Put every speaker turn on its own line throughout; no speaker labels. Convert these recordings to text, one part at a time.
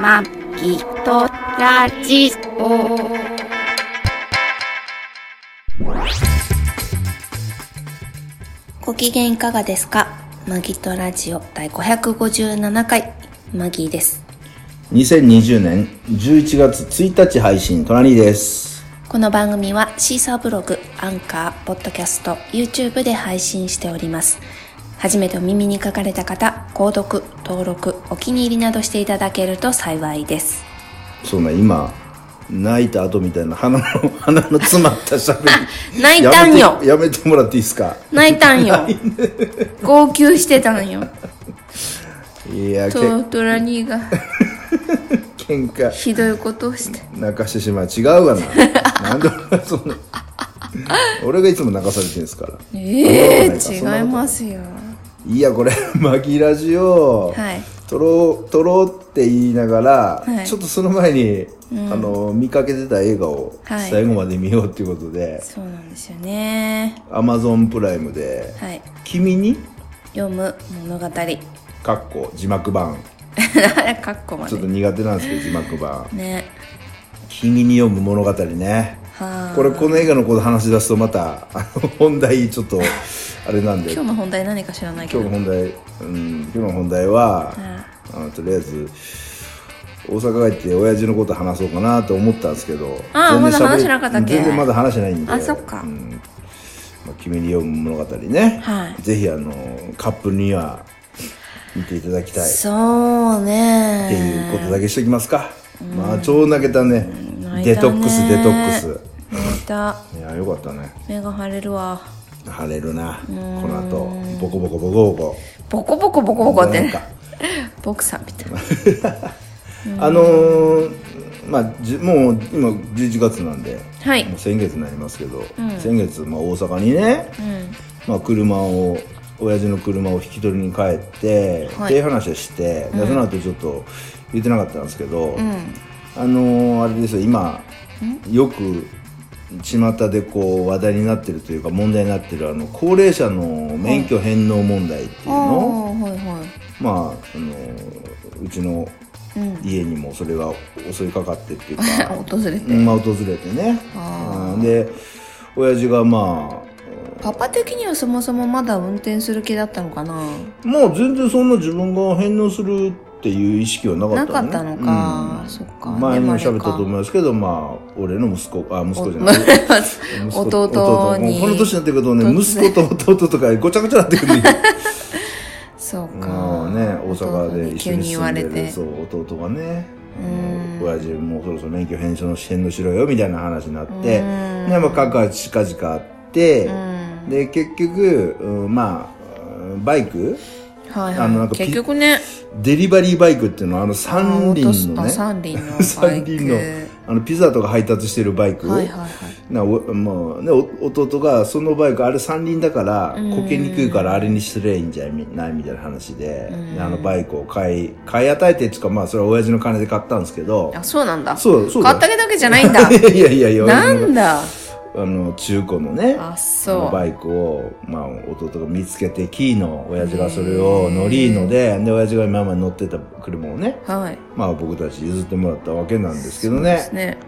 まきとラジオ。ご機嫌いかがですかマギとラジオ第557回、マギーです。
2020年11月1日配信、トラニーです。
この番組はシーサーブログ、アンカー、ポッドキャスト、YouTube で配信しております。初めてお耳に書かれた方、購読、登録、お気に入りなどしていただけると幸いです。
そうね、今、泣いた後みたいな鼻の、 鼻の詰まった喋 り。
泣いたんよ
やめてやめてもらっていいですか
泣いた んよ。号泣してたんよ。
いや、け
トトラ兄が
喧嘩、
ひどいことをして。
泣かしてしまう。違うわ な。なんで俺がそんな。俺がいつも泣かされてるんですから。
ええ
そんなことない
ー、違いますよ。
いや、これ、 マギラジオ、
はい
撮ろう、撮ろうって言いながら、
はい
ちょっとその前に、あの、見かけてた映画を
はい
最後まで見ようっていうことで、
そうなんですよね。
アマゾンプライムで
はい。
「君に」
読む物語。
かっこ字幕版
かっこま
ちょっと
で。
苦手なんですけど字幕版
ね。
「君に読む物語ね」
はあ。
これこの映画のこと話し出すとまたあの本題ちょっとあれなんで
今日の本題何か知らないけ
今
ど。
日の本題、うん、今日の本題は、あのとりあえず大阪帰って親父のこと話そうかなと思ったんですけど
あー
全然
まだ話
喋
してなかったっけ
全然まだ話してないんで
あそっか
うんまあ、君に読む物語ね、
はい
ぜひあのカップルには見ていただきたいって
そうね。
いうことだけしておきますか、まあ超泣けたね
泣い
デ
たね
トックスデトック
泣いた。
スいやよかったね
目が腫れるわ。
晴れるなこの後ボコボコボコボコ
ボコボコボコボコって
なん
ね
か。
ボクサーみたいな。
あのーまあ、じもう今11月なんで、
はい
もう先月になりますけど、先月、まあ、大阪にね、まあ、車を親父の車を引き取りに帰って、
はい
っていう話をして、でその後ちょっと言ってなかったんですけど、あのーあれですよ今よく巷でこう話題になってるというか問題になってるあの高齢者の免許返納問題っていうの、
おー、はいは
まあ、あのうちの家にもそれが襲いかかってっていうか、
い。訪れて。
まあ、訪れてねうんで親父がま
パパ的にはそもそもまだ運転する気だったのかな
あもう全然そんな自分が返納するっていう意識はなか
な
った
か
よね
ったのか、そっか
うん前にも喋ったと思いますけどまあ俺の息子あ息子じゃない 息子
弟弟に
もうこの年になってくるとね息子と弟とかごちゃごちゃなってく るんだよ
そうか、
まあね、大阪で一緒に
急に言
住
わ
んで
れ
る
て
そう弟がね、うん、親父もうそろそろ免許返納の返納しろよみたいな話になって、でまあかか近々あって、で結局、うん、まあうんバイク
はい
あのな
は
ん
い
かピ
結局ね
デリバリーバイクっていうのはあの
あ
三輪のね
三輪のバイク
三輪のあのピザとか配達してるバイク、
はいはいはい
なおもうね、お弟がそのバイクあれ三輪だからこけにくいからあれにすりゃいいんじゃみないみたいな話でであのバイクを買い買い与えてっていうかまあそれは親父の金で買ったんですけど
あそうなんだ
そうそうだ
買っただけじゃないんだ
いやいやいやいや
な
親父
ん
の
だ
あの中古のね
あ
あの
そ
バイクを、まあ、弟が見つけてキーの親父がそれを乗りーのでで親父が今まで乗ってた車をね
うはい
まあ僕たち譲ってもらったわけなんですけどね
ですね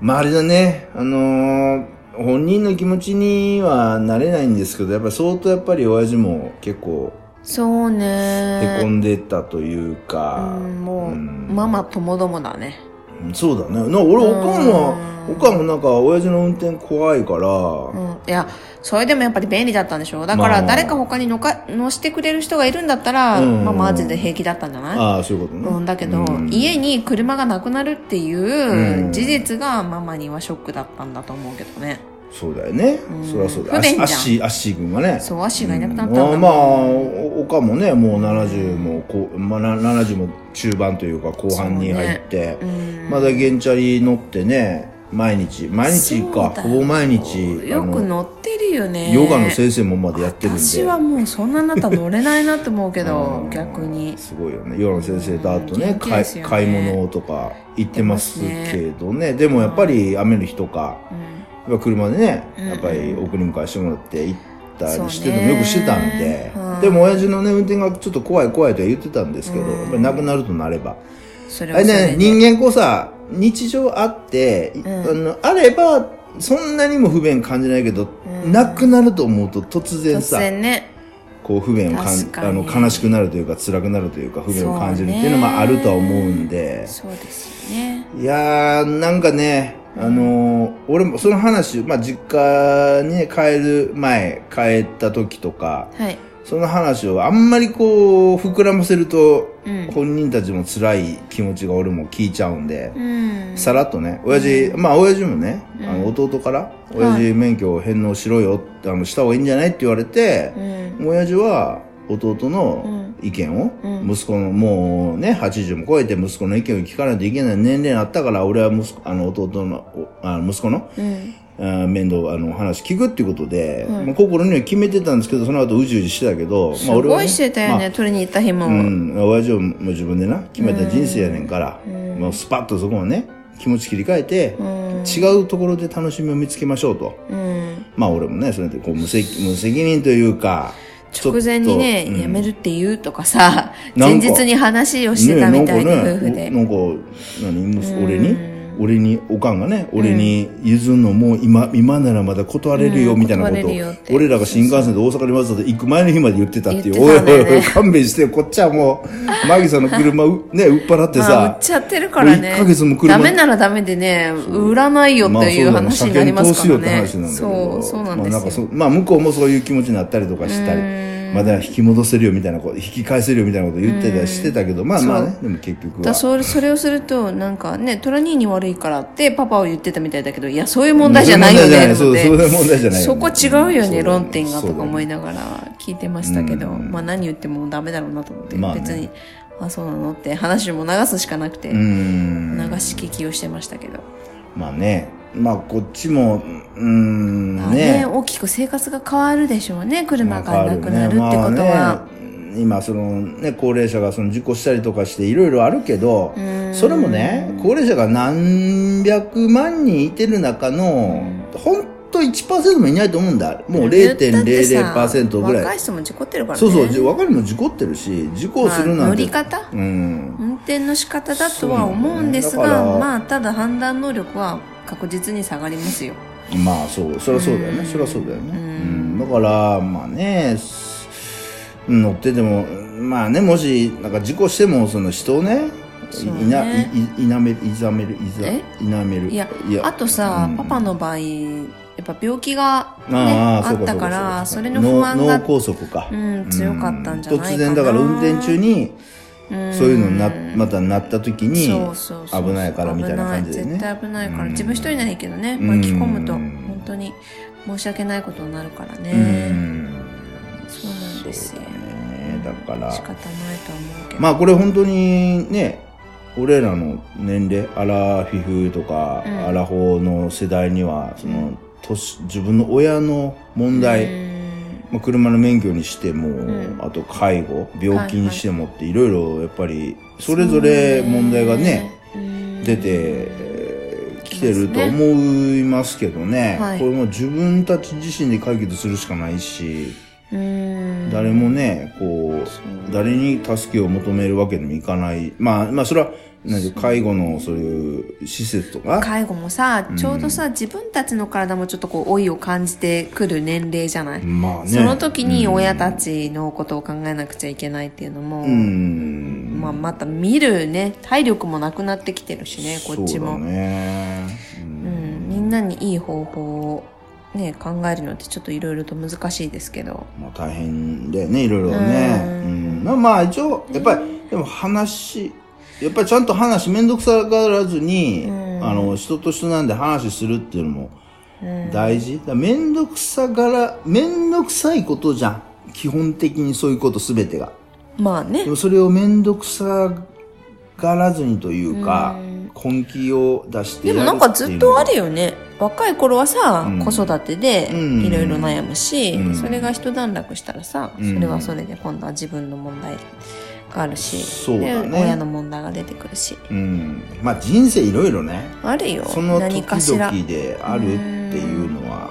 まああれだね、あのー本人の気持ちにはなれないんですけど、やっぱり相当やっぱり親父も結構
そう
へ
ね
こんでたというか、
うんもう、
ん
ママともどもだね
そうだね。な俺、おかんは、おかんもなんか親父の運転怖いから、
うん、いやそれでもやっぱり便利だったんでしょだか
ま
ら
あ
誰か他にのか乗してくれる人がいるんだったら、
うん
まあ、マジで平気だったんじゃない
ああ、そういうことね。
うん、だけど、
うん
家に車がなくなるっていううん事実がママにはショックだったんだと思うけどね。
そうだよね。
うん
そりゃそうだ。
不
アッ
便じ
シ
ゃん
ーアッシー君がね。
そう、アッシーがいなくなったんだ
ま
も
あ
ん
まあ、おおかもね、もう70もこう、まあ、な70も中盤というか後半に入って、
うん
まだゲンチャリ乗ってね、毎日、毎日
そ
か、
うだ
ほぼ毎日、
よく
あの
乗ってるよね。
ヨガの先生もまだやってるんで。
私はもうそんなになったら乗れないなって思うけ
う
ど
ん、
逆に。
すごいよね。ヨガの先生とあと
う
ね
ん元気
買
で
い
すよね
買い物とか行ってますけどね。でもやっぱり雨の日とか、
うん
やっぱ車でね、
うん
やっぱり送り迎えしてもらって行ったりして
そう
る
ね
のよくしてたんで
うん。
でも親父のね、運転がちょっと怖い怖いとは言ってたんですけど、
うん
やっぱり亡くなるとなれば。
それ
あ
は
れ
それで
ね人間こうさ日常あって、い
ん
あのあればそんなにも不便感じないけど、
うん
なくなると思うと突然
突
さ
然ね
こう不便をか
確
ん
か
あ
に
の悲しくなるというか辛くなるというか不便を感じるっていうの
そう
も
ね
あるとは思うんで、
そうですよね
いやーなんかねあのー俺もその話、まあ、実家にね帰る前帰った時とか
はい
その話をあんまりこう膨らませると、
うん
本人たちも辛い気持ちが俺も聞いちゃうんで、
うん
さらっとね親父、まあ親父もね、あの弟から「親
は
父免許を返納しろよ」あのした方がいいんじゃない?」って言われて
う、ん
親父は弟の意見を、
うん
息子のもうね80も超えて息子の意見を聞かないといけない年齢になったから俺は息子あの弟のおあの息子の
うん
あー面倒あの話聞くっていうことで、
うん
まあ、心には決めてたんですけどその後うじうじしてたけど、
す
まあ、俺は
ご
ね
いしてたよね、取りに行った日も、
まあうん、親父はもう自分でな決めた人生やねんから、もうスパッとそこをね気持ち切り替えて、違うところで楽しみを見つけましょうと。
うん
まあ俺もね、それでこう無責無責任というか、
直前にね、
ちょっと
やめるって言うとかさ、
な
前
んか
日に話をしてたみたいで、夫婦で。
なんかねおなんか何俺に
うん
俺におかんがね俺に譲るのもう今今ならまだ断れるよ
うん
みたいなこ
断
と
れ
を
るよって
俺らが新幹線で大阪にわざわざ行く前の日まで言ってたっていう
言ってたんだ
おい
よね
おいおい 勘弁してよこっちはも うマギさんの車うね売っ払って
まあ、売
さ
っちゃってるからね。
もう一ヶ月も車
ダメならダメでね、売らないよっていう話になりますからね。
あそうだね車検通すよって話
そ
なんだけど
う、そうなん
まあ
です
そ
よ。
うまあ向こうもそういう気持ちになったりとかしたりまだ引き戻せるよみたいなこと引き返せるよみたいなこと言ってたりしてたけどまあまあねでも結局
だ
は
それそれをすると、なんかね、トラ兄に悪いからってパパは言ってたみたいだけど、いや、そういう問題じゃないよねって
そうそういう問題じゃないよね
そこ違うよね、
うん
論点がとか思い
そう
ながら聞いてましたけど、まあ何言ってもダメだろうなと思って、
まあね
別に、あ、そうなのって話も流すしかなくて、
だねうん
流し聞きをしてましたけど。
まあねまあこっちもうん
まあね
ね
大きく生活が変わるでしょうね、車
ま
が
あ
な
変
く
わ
なるって
ね
ことは。
まあね今そのね高齢者がその事故したりとかしていろいろあるけどそれもね高齢者が何百万人いてる中のほんと1%もいないと思うんだもう0.00%ぐらい
若い人も事故ってるからね
そうそう若いのも事故ってるし事故をする
まあ
な
乗
んて、
り方
うん
運転の仕方だとは思うんです
そうな
が、
んだよねだから
まあただ判断能力は確実に下がりますよ
まあそうそりゃそうだよね、
うん
そりゃそうだよね、
う
うんんだからまあねす乗っててもまあねもしなんか事故してもその人をね
そうね
いいないいいなめるいざめるいざ
え
いなめる
いやあとさ、
うん
パパの場合やっぱ病気が、ね、
あ
あ
あそう
ったからそれの
う
不
か
安
脳
が
脳、梗塞か、
うん、強かったんじゃないかな
突然だから運転中にそういうのにな、
ん
またなった時に
そうそうそう
危ないからみたいな感じでね
危ない絶対危ないから、
うん
自分一人ならいいけどね
うん
巻き込むと本当に申し訳ないことになるから
う
ね、
ん
そうなんですよ
そうだねだから
仕方ないとは思うけど、
まあこれ本当にね俺らの年齢アラフィフとか、
うん
アラフォーの世代にはその年自分の親の問題、
うん
まあ、車の免許にしても、
ん
あと介護病気にしてもっていろいろやっぱりそれぞ
そ
れ
うね
問題がね
うん
出てえーきてると思いますけどね
はい
これも自分たち自身で解決するしかないし、
うん
誰もねこう誰に助けを求めるわけにもいかないまあまあそれはなんていう介護のそういう施設とか
介護もさちょうどさ、自分たちの体もちょっとこう老いを感じてくる年齢じゃない、
まあね
その時に親たちのことを考えなくちゃいけないっていうのも、
うん
まあ、また見るね体力もなくなってきてるしねこっち
そ
も
うだねう
うんん、みんなにいい方法を、ね、考えるのってちょっといろいろと難しいですけど
まあ大変だよねいろいろねうんまあまあ一応やっぱりでも話やっぱりちゃんと話面倒くさがらずにあの人と人なんで話するっていうのも大事だから面倒くさがら面倒くさいことじゃん基本的にそういうこと全てが
まあね
でもそれを面倒くさがらずにというか根気を出して
で
やる
も
っていう
なんかずっとあ
る
るよね若い頃はさ、
うん
子育てで
うん
いろいろ悩むし、
うん
それが一段落したらさ、
ん
それはそれで今度は自分の問題があるし、
そうだね
で親の問題が出てくるし
うんまあ人生いろいろね
あるよ
その
何
時
かしら
々であるっていうのはね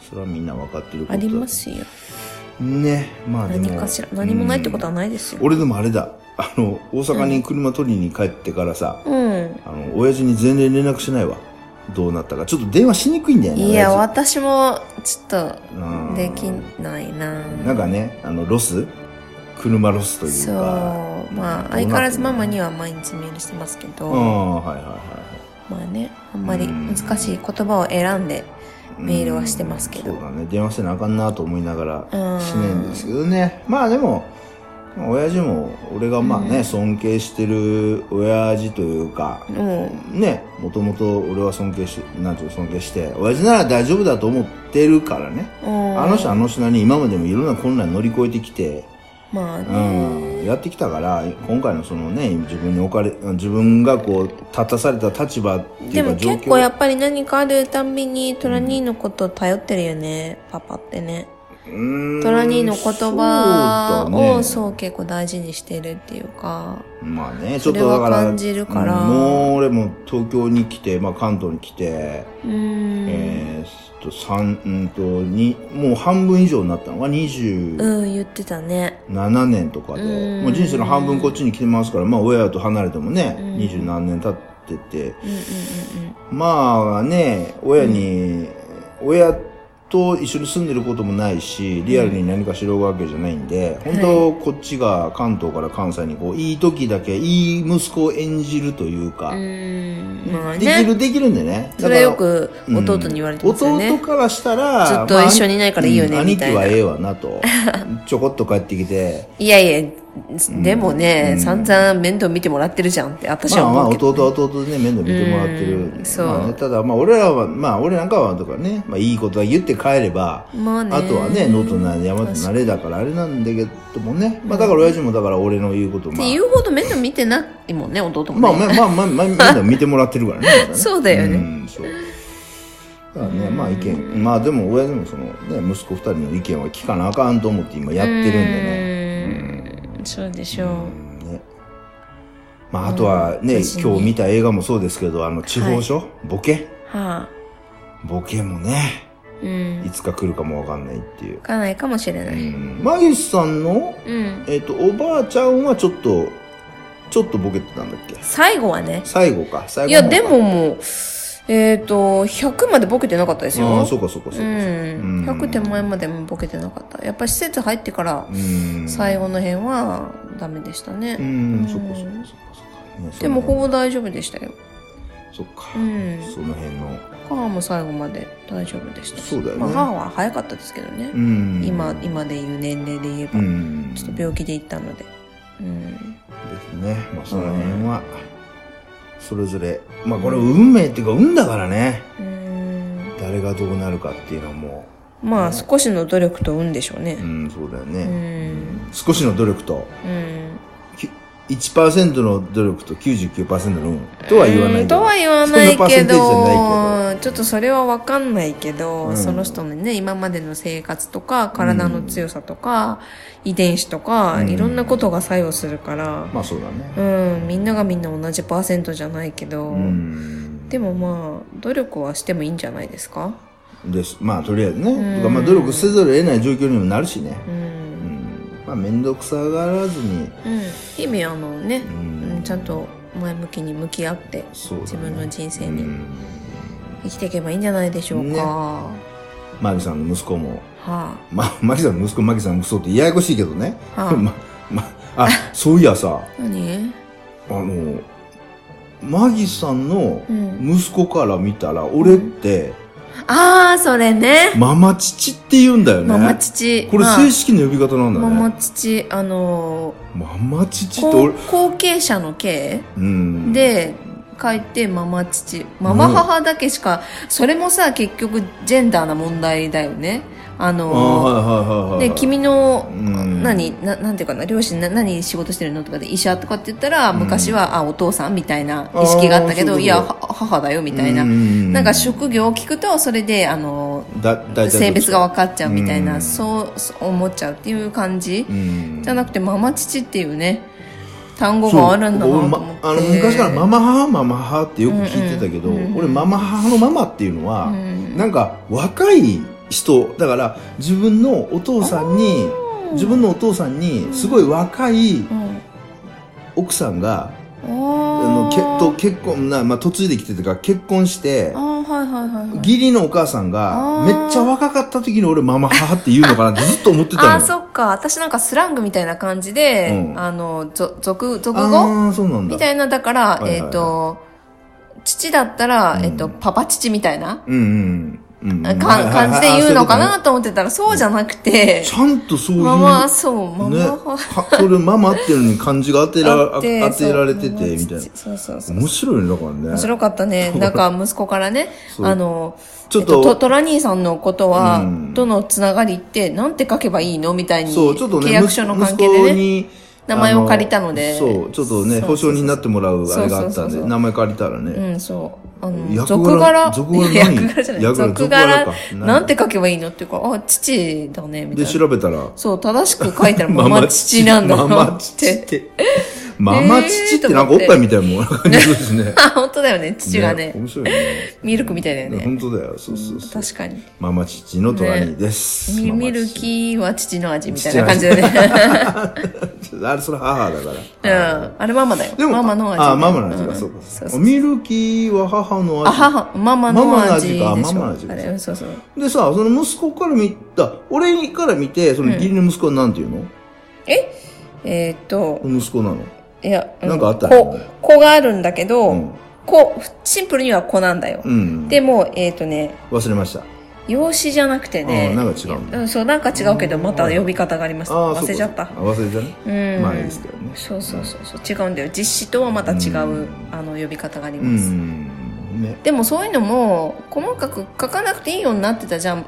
それはみんな分かってること
ありますよ
ねまあでも
何かしら何もないってことはないですよ、
俺でもあれだあの大阪に車取りに帰ってからさ、
うん
あの親父に全然連絡しないわどうなったかちょっと電話しにくいんだよね
いや
親
私もちょっと
父うん
できないな
なんかねあのロス車ロスというか
そうまあ相変わらずママに
は
は毎日メールしてますけど、
うんはいはいはい
まあねあんまり難しい言葉を選んで
うん
メールはしてますけど
そうだね電話せなあかんなと思いなが
うん
らしないんですけどねまあでもまあ親父も俺がまあね、
うん
尊敬してる親父というか、
も
ねもともと俺は尊敬しなんていうの尊敬して親父なら大丈夫だと思ってるからね、
う、うん
あの人あの人なりに今までもいろんな困難乗り越えてきて、
まあ
う
ね、
ん、やってきたから今回のそのね自分に置かれ自分がこう立たされた立場ってい
で
うか
も
状況
結構やっぱり何かあるたんびにトラニーのこと頼ってるよね、パパってね
うん
トラニーの言葉
そうだ
を
ね
そう結構大事にしてるっていうか
まあね、ちょ
そ
っ
れ
とだ
は
から、
感じるから
うんもう俺も東京に来て、まあ関東に来て、
うーん、
えーっと、三、うんと、に、もう半分以上になったのが27
うん言ってたね
年とかで、
うん
もう人生の半分こっちに来てますから、まあ親と離れてもね
うん、
二十何年経ってて、
うんう
まあね、親に、親と一緒に住んでることもないし、リアルに何かしろうわけじゃないんで、
うん
本当こっちが関東から関西にこう、いい時だけ、いい息子を演じるというか、
んうんうんうんまあ
でき
ね
る、できるんでね。
それはよ
だか
く
ら、うん
弟に言われてますよね、
弟からしたら、
ずっと一緒にいないからいいよね
まあ
みたいな
うん兄貴はええわな と。ちょこっと帰ってきて、
いやいや、でもね、
うん
散々面倒見てもらってるじゃんって、私は
まあまあ
思うけど、
弟は弟でね面倒見てもらって
う
る
んそう
まあね、ただまあ俺らはまあ俺なんかはとかね、まあ、いいことは言って帰れば
まあね
あとはね能登な山となれだからあれなんだけどもね、まあ、だから親父もだから俺の言うこと
っ
まあ
て言うほど面倒見てないもんね、弟もね。
まあまあまあまあまあ面倒見てもらってるからね まね
そうだよね
うんそうだからねまあ意見まあでも親父もそのね息子二人の意見は聞かなあかんと思って今やってるんでね
うーんそうでしょう。
うんねまあ、あとはね、
私ね
今日見た映画もそうですけど、あの、地方書、ボケ
はあ。
ボケもね、
うん。
いつか来るかもわかんないっていう
行。かないかもしれな
う
い。
ん、マギスさんの、
うん。
えっ、と、おばあちゃんはちょっと、ちょっとボケてたんだっけ
最後はね。
最後か、最後
いや、
の方か
でも、もう、えっ、と、100までボケてなかったですよ。
ああ、そうかそうかそう
う
か。
ん。
うん
100手前までもボケてなかった。やっぱ施設入ってから、
うん。
最後の辺はダメでしたね。
うん、
うん
そっかそっかそっかそっかね。
でもほ
ぼ、
ぼ大丈夫でしたよ。
そっか、
うん
その辺の、
母も最後まで大丈夫でしたし
そうだよね
まあ、母は早かったですけどね
う、ん。
今、今でいう年齢で言えば、
うん。
ちょっと病気で行ったので、うん、
ですね、まあ、その辺はそれぞれまあこれ運命っていうか運だからね
うん
誰がどうなるかっていうのはも
まあ少しの努力と運でしょう
うう
ね
んそうだよ
う
ね、
ん
少しの努力と
うん
き1%の努力と99%の運とは言わない
うん
けど
とは言わないけど
そのパ
ちょっとそれは分かんないけど、
うん
その人のね今までの生活とか体の強さとか、遺伝子とか、
うん
いろんなことが作用するから、
まあそうだね
うん、みんながみんな同じパーセントじゃないけど、
うん
でもまあ努力はしてもいいんじゃないですか
ですまあとりあえずね、
ん
てかまあ努力せざるを得ない状況にもなるしね
う、、
うんん、まあ面倒くさがらずに
うん、日々あのね
う、
うん
ん
ちゃんと前向きに向き合って
そうだね
自分の人生
う
に
ん
生きていけばいいんじゃないでしょうか、
ね
は
マギさんの息子も
あ
ま、マキさんの息子マキさんのクソってややこしいけどね。
はあ
ま、ま、あ、そういやさ、
何
あの、マギさんの
うん
息子から見たら、俺って、
ああそれね
ママ父って言うんだよね。
ママ父
これ
まあ
正式な呼び方なんだ
ママ
ね。
父あの
ママ父って
後
俺、
後継者の経
うん。、
で書いてママ父ママ母だけしか、それもさ結局ジェンダーな問題だよねあ
ああ、
の
はいはいはいはい。
で君の、
うん
何ななんていうかな両親な何仕事してるのとかで医者とかって言ったら
ん
昔は、あお父さんみたいな意識があったけ
あ
ど
ー
いやは母だよみたいな、
うん
なんか職業を聞くとそれであの
だ、だいたい
性別が分かっちゃうみたいな、
うん
そうそう思っちゃうっていう感じ、
うん
じゃなくてママ父っていうね単語があるんだなと
そう
思って、
まあの昔からママ母ママ母ってよく聞いてたけど、
うんうんうんうん
俺ママ母のママっていうのは、
うん
なんか若い人だから自分のお父さんに自分のお父さんにすごい若い奥さんが、あの
お
けと結婚な、まあ、嫁いできてというか結婚して
あーはいはいはいはい
義理のお母さんが
あー
めっちゃ若かった時に俺ママ母って言うのかなってずっと思ってたのよ
あーそっか私なんかスラングみたいな感じで、
うん
あのぞ俗俗語
あーそうなんだ
みたいなだから、
はいはいはい
えっ、と父だったら、
うん
えっとパパ父みたいな、
うんうんうん、う
か
ん、
感じで言うのかな
あ
と思ってたらそうじゃなくて、
そういうことねちゃんとそういう
ママそうママ、
ね、はそれママっていうのに漢字が当てら
あって
当てられて
そう
てみたいな
そうそうそう
面白いねだからね
面白かったね。なんか息子からね、
そう
あの、
ちょっと
えトラ兄さんのことは、
うん
とのつながりって、なんて書けばいいのみたいに、
そうちょっと
契
ね
約書の関係でね。
ね
名前を借りたので
そうちょっ
そうそ
とね
うそう
保証人になってもらうあれがあっ
そ
た
うそ
ん
うそう
で
そう
名前借りたらね、
うん、そう。あの、
役
俗柄。
柄俗柄何
いや役柄じゃない。
役柄
俗柄
俗柄か
なんて書けばいいのっていうか、あ、父だね、みた
で
いな。
調べたら
そう、正しく書いたら、ママ父なんだ
マ
な
マ
っ。
父っててママ父ってなんかおっぱいみたいなもん感じですね
あ、本当だよね、父がね。
面白いね
ミルクみたいだよね
本当だよそうそうそう
確かに。
ママ父のトラニーです、
ミ
ママ父
ミルキーは父の味みたいな感じだ ね。
あれそれ母だか
う
ら、
ん。あれママだよ。
でも
ママの味。
あママの味か、
ん
そうか
そうそう
ミルキーは母の味
あ、母、ママの味でしょ。
ママの味かママの味か
あれ、うんそうそう。
でさ、その息子から見た、俺から見て、その義理の息子はなんて言うの、
えーっと、
息子なの
いや、う
なんかあったよ
子
ね、
子があるんだけ
う
ど
ん、。
子、シンプルには子なんだよ
う。ん。
でも、えーっとね、
忘れました。
養子じゃなくてね
あ、なんか違うんだ
うん、そう、なんか違うけど、また呼び方がありました。
ああ、
忘れちゃった
そう。かそうかあ忘れちゃったね。
うん。
まあいいですけどね。
そうそうそうそう、違うんだよ。実施とはまた違
う、
うんあの、呼び方があり
う
ます。
ん。ね。
でもそういうのも細かく書かなくていいようになってたじゃん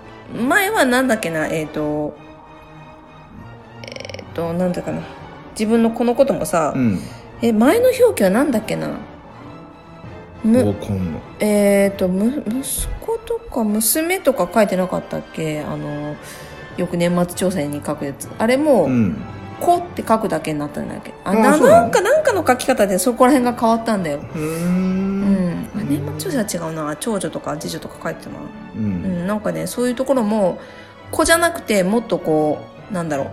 前はなんだっけなえっ、とえっ、となんだかな自分のこのこともさ、
うん。
え前の表記はなんだっけな
わ
む
かんない。
えっ、とむ息子とか娘とか書いてなかったっけあのよく年末調整に書くやつあれも「
うん。
子」って書くだけになったんだっけあ
あ
な
そうなの
なんかなんかの書き方でそこら辺が変わったんだよ
うー。
うんん、あ年末調整は違うな長女とか次女とか書いてたな
う。
うんん、なんかね、そういうところも、子じゃなくて、もっとこう、なんだろう、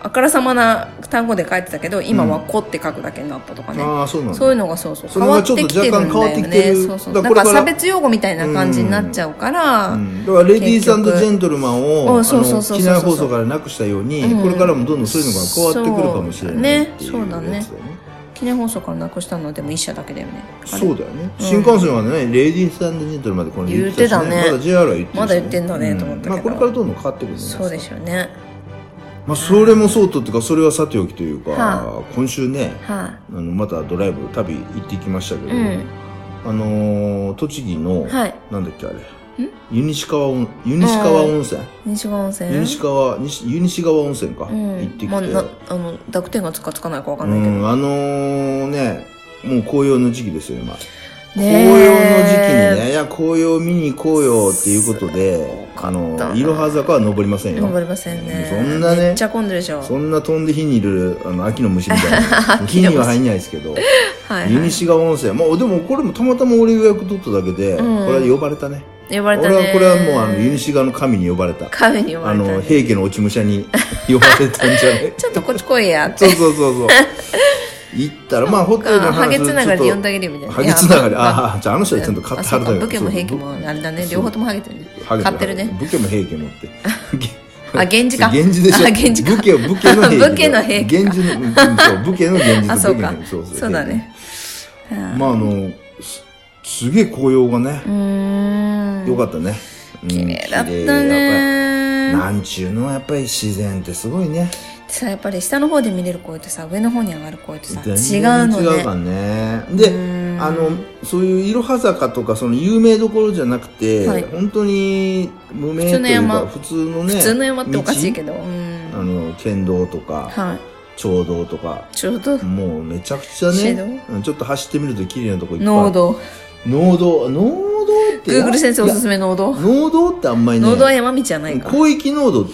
あからさまな単語で書いてたけど、今は子って書くだけになったとかね。
ああ、そうなんだ。
そういうのがそうそう
そ
変
れ
わ
が
っ
ちょ
て
っと
きてるんだ
若干変わ
よ
ってきて
ね。
る
そうそう。
だ
な
か
ん
らこ
か
れから
差別用語みたいな感じになっちゃうから、
うんだからレディース
結局
ジェントルマンを、
う
あ
んそうそう
の
そうそう
機内放送からなくしたように、
うん
これからもどんどんそういうのが変わってくるかもしれないっていう
そうだね
やつだよね。
記念放送からなくしたのでも一社だけだよね。。
そううだよね、
うん
新幹線はねレディースジェントルまでこれし
言ってたね
まだ JR は言ってるし
まだ言ってんだねと思ったけど
まあ、これからどんどん変わってくるんじゃない
そうです
か
すよね。
まあ、それもそうとっていうかそれはさておきというか、
は
今週ね
は
あのまたドライブ旅行ってきましたけ
い、
ど、
うん。
あのー栃木の、
はい。
なんだっけあれ湯西川温湯西川温泉
西川温泉。
湯西川西湯西川温泉か、
うん。
行ってきて、
まあ、なあの、濁点がつくかつかないかわかんないけど。
うん、あのーねもう紅葉の時期ですよ今紅
ねえ
葉の時期にね、いや、紅葉見に行こうよっていうことで、あの、いろは坂は登りません
登
よ。
りませんね。
そんなね
めっちゃ混んでるでしょ。
そんな飛んで火にいる、あの、秋の虫みたい な。火には入んないですけど、
はい、
湯西川温泉。もう、でもこれもたまたま俺予約取っただけで、
うん
これは呼ばれたね。
呼ばれた
俺
ね。
はこれはもう、あの、湯西川の神に呼ばれた。
カフェに呼ば
あ
れたね、
の、平家の落ち武者に 呼ばれたんじゃない
ちょっとこっち来いやって。
そうそうそうそう。行ったら、まあ、ホテルの
あ
話
ハゲつながりで呼んで
ちょっ
あげるよみたいな。
とハゲつながり。
いや
ああ、じゃああの人はちゃんと買っては
あ
る
そ
だ
う
よ
か武家も平家
そう
もあれだね。
そう
両方ともハゲてるね。
ハゲ
買ってるね。
武家も平家もって。
あ、源氏か。
源氏でしょ。
あ、源氏
武
か。
家は武家の平家。
武家の平家
源氏の、うんそう武家の源氏と
あ、そう
武家
か
の。
そう
平家
だね。
まああの、すすげえ紅葉がね
う、ーん。
よかったね。うん
綺麗だった
綺麗やっぱり
ね。
なんちゅうのはやっぱり自然ってすごいね。
さ、やっぱり下の方で見れる声とさ、上の方に上がる声とさ、
全
違
然
うの
違う
ね。
からね。で、
うん
あの、そういういろは坂とかその有名どころじゃなくて、
はい
本当に無名というか普通のね、
普通の山っておかしいけ
ど。
ど。うん。
あの、県道とか、
はい。
町道とか、
ちょうど、
もうめちゃくちゃ
シ
ね
ェドウ、
うんちょっと走ってみると綺麗なとこいっぱい。
濃。度。
農道、農道って。
Google 先生おす
す
すめ濃度。
め。農道ってあんまりね。
濃度は山道じゃないか。
広域農道、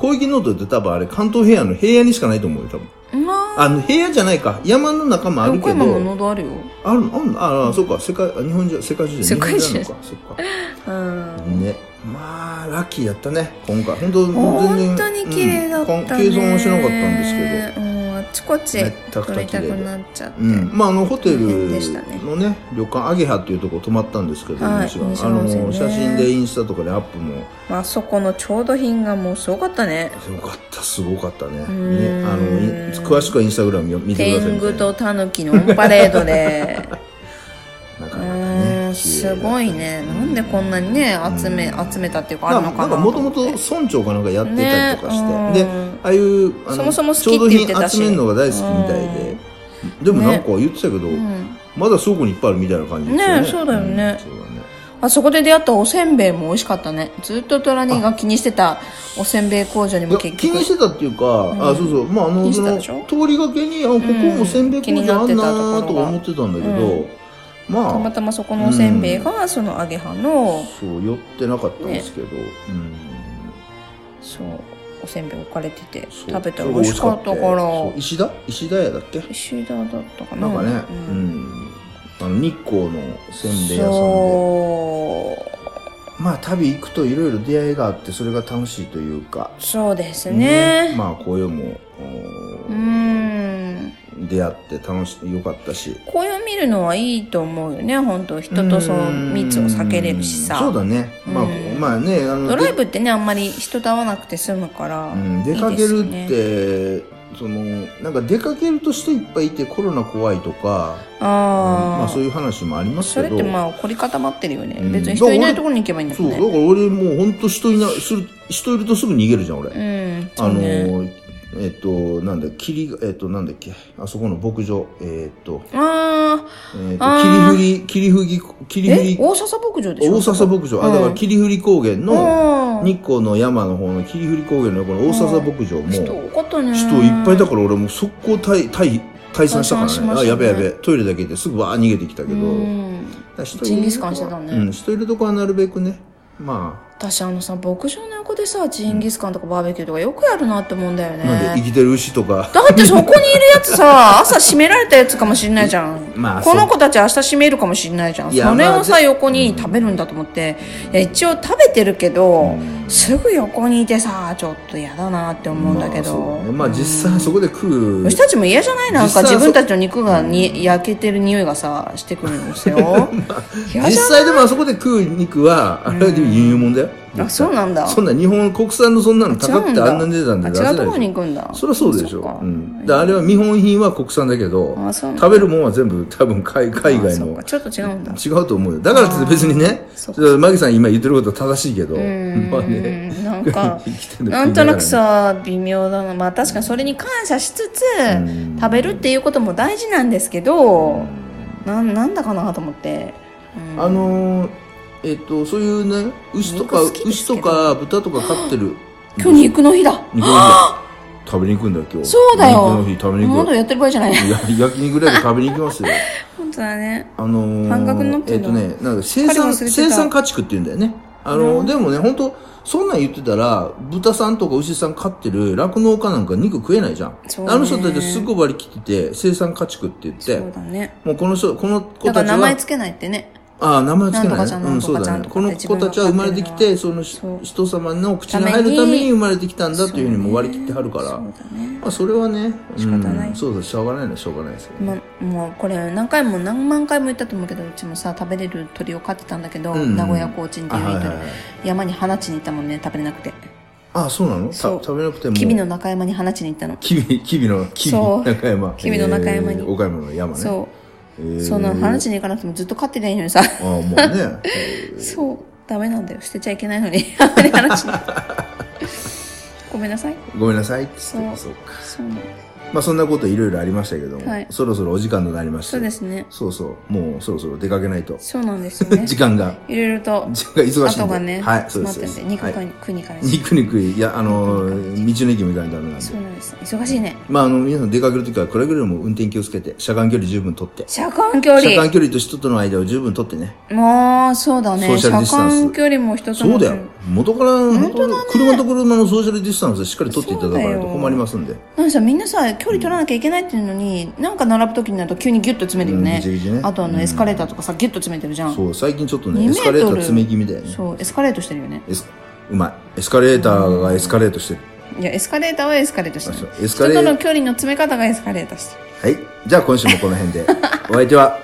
広域農道って多分あれ関東平野の平野にしかないと思うよ、多分。
まあ、
あの、平野じゃないか。山の中もある
横
け
山も
ど。
濃度あるよ。
あるのあるのああ、そうか。世界、あ日本中、世界中で。
世界中
日本なのか。そっか。
うん。
ね。まあラッキーやったね今回本当
本当に綺麗だったね、
うん、計算面白かったんですけど
ど、うん、あちこち
めったく
撮
た
り
綺
た
麗で
くなっちゃって、
うん、まああのホテル
でしたね
のね旅館アゲハっていうところ泊まったんですけど、
はい
西は
西
あ
は温泉ね
の写真でインスタとかでアップも
まあそこの調度品がもうすごかったね
すごかったすごかったねね
ん
あのい詳しくはインスタグラム見てください
天
みたい
狗
な
とタヌキのオンパレードで
なか
う
なか
ー
ね
んすごいねなんでこんなにね集め集めたっていうかあるのかな
もともと村長かなんかやってたりとかして、
ね
で
うん
ああいうあ
そもそも好きって言ってたし
調度品集めるのが大好きみたいで、でもなんか言ってたけど、
ん
まだ倉庫にいっぱいあるみたいな感じですよね
ねそうだよね
んそうだね
あそこで出会ったおせんべいも美味しかったねずっとトラニーが気にしてたおせんべい工場に
いや
も結
気に
局
してたっていうか、あそうそうまああ
気
の
にし
そ
てた
の
でしょ
通りがけにあここもせんべい工場あんなーとか思ってたんだけど、まあ
たまたまそこのおせんべいがその揚げ派の
そう寄ってなかったんですけど、うん
そうおせんべい置かれてて
そう
食べたら美味しかったか
それ
ら
が美味しくてそう石田石田屋だっけ、
石田だったかな
なんかね、
う
うん
ん
あの日光のせんべい屋さんで
そう
まあ旅行くといろいろ出会いがあってそれが楽しいというか
そうですね
まあ紅葉も
うーん
出会って楽しよかったし
紅葉見るのはいいと思うよね本当人とその密を避けれるし
うんそ
さ
うだね、まあ
うん
まあねあの
ドライブってねあんまり人と会わなくて済むから、
うん、出かけるってそのなんか出かけると人いっぱいいてコロナ怖いとか、
あ
うん
あ、
まあ、そういう話もあります
そ
け
れ
ど
ってまあ凝り固まってるよね、
うん
別に人いないところに行けばいいんだもん
そうだ
ね
から俺もうほんと人いなする人いるとすぐ逃げるじゃん俺、
うんそ
あ
う
の
ね
えっとなんだ霧がえっとなんだっけあそこの牧場えっと,、
あ
えっ
あー
と霧降り霧降り霧
ー
降
え
り
大笹牧場でしょ
大笹牧場、あだから霧降り高原の
の
日光の山の方の霧降り高原のこの大笹牧場も、
人多かったね
人いっぱいだから俺もう速攻退退退散したから
退散し
ね
ましたね
あやべやべトイレだけですぐわー逃げてきたけ
う
ど、
ん
だから人いるとこ
ジンギスカンしてたね
うん人いるとこはなるべくねま
私あのさ牧場の横でさジンギスカンとかバーベキューとかよくやるなって思うんだよ
あなんで
ね
生きてる牛とか
だってそこにいるやつさ 朝閉められたやつかもしんないじゃん、
まあ
この子たち明日閉めるかもしんないじゃん
いや
それを
ま
さ
あ
横に食べるんだと思って、いや一応食べてるけど、すぐ横にいてさちょっと嫌だなって思うんだけど、
まあそうねまあ実際そこで食う
牛たちも嫌じゃないなんか
実際はそ
自分たちの肉がに焼けてる匂いがさしてくるんですよ、 嫌
実
じゃ
際でもあそこで食う肉はあれは輸入物だよ
あそうなんだ
そんな日本国産のそんなの高くてあんな値段で出せ
あ
な
違
いうで
と
し
ころに
ょ
行くんだ
そりゃそうでし
そ
ょ、
っか
うん、だからあれは見本品は国産だけど
あそうなんだ
食べるもんは全部多分海海
あ
外
そっ
の
かちょっと違うんだ
違うと思うよだからって別にね
そっ
マギさん今言ってることは正しいけど
うん
まあね
なんか
生きてる
なんとなくさ微妙だなまあ確かにそれに感謝しつつ
ん
食べるっていうことも大事なんですけどなんなんだかなと思って、うん
あのーえっとそういうね牛とか
肉好きです
牛
けど
とか豚とか飼ってる
今日肉の日だ
肉の日食べに行くんだよ今日
そうだよ
肉の日食べに
ま
行く
だやってる場合じゃない
いや焼肉だけ食べに行きますよ
本当だね
あのー
半額になって
え
ん
っ
だ
とねなんか生
彼忘
産
れてた
生産家畜って言うんだよねあのーでもね本当そんなん言ってたら豚さんとか牛さん飼ってる酪農家なんか肉食えないじゃん、
そうね
あの人たちすごい割り切ってて生産家畜って言っ
そ
て
うだね
もうこの人この子
だか
た
ら
ち
名前
は
つけないってね
ああ名前つけ
なんとか
ない
ちゃん
ねうんそうだ
なん
ね
と
こ
かちゃん
の
とか
子たちは生まれてきてその
そう
人様の口に
ために
入るために生まれてきたんだというふうにもう割り切ってはるから
そうだね
まあそれはね
仕方ない
うん、そうだしょうがないのはしょうがないですよね
ま、もうこれ何回も何万回も言ったと思うけどうちもさ食べれる鳥を飼ってたんだけど、
うん
名古屋コーチンっていう
あ
鳥、
はいはいはい
山に放ちに行ったもんね食べれなくて
ああそうなのた
そう
食べなくても
吉備の中山に放ちに行ったの、
キビ、キビの、キビ
そう
中山。
キビの中山に
えー岡山の山ね。。
そう
えー、
その放ちに行かなくてもずっと飼ってりゃいいのにさ
ああ、もう ね。え
そうダメなんだよ捨てちゃいけないのにあんまり話しないごめんなさい
ーごめんなさいって言
そ
っ
う
て。そうか。
そうなの
まあそんなこといろいろありましたけども、
はい
そろそろお時間となりました。
そうですね
そうそう。もうそろそろ出かけないと。
そうなんです よね
時間が、
いろいろと
時間が忙しいんで。
後がね、
はい、そうです。
詰まってて肉
はい
食いに食いに行かないと
肉肉い、いや、あのー、道の駅も行かないとダメなんで
そ。うなんです忙しいね
まああの、皆さん出かけるときはくれぐれも運転気をつけて、車間距離十分取って。
車間距
車間
離
距離と人との間を十分取ってね。
もうそうだ
ソ
ね
ーシャ
車
ルディスタンス
間距離も人と
そ
の
うだよ。元から、
当だね
車と車のソーシャルディスタンスしっかり取っていただかないと困りますんで。
なんかさみんなさ距離取らなきゃいけないっていうのに、なんか並ぶ時になると急にギュッと詰めてるよ
うん
ね,、
ギチギチね
あとあのエスカレーターとかさ、ギュッと詰めてるじゃん
そう最近ちょっと
2
ね
メ
エ
ー
ス
ト
カ
ル
レーター詰め気味だよね
そうエスカレートしてるよね
エスうまいエスカレーターがエスカレートしてる
いやエスカレーターはエスカレートして
あそう
る
エスカレー
人との距離の詰め方がエスカレーターしてる
はいじゃあ今週もこの辺 でお相手は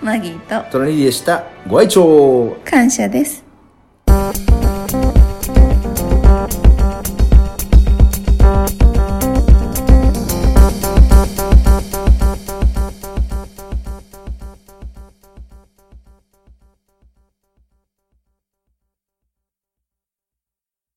マギーと
トラニーでしたご愛聴
感謝です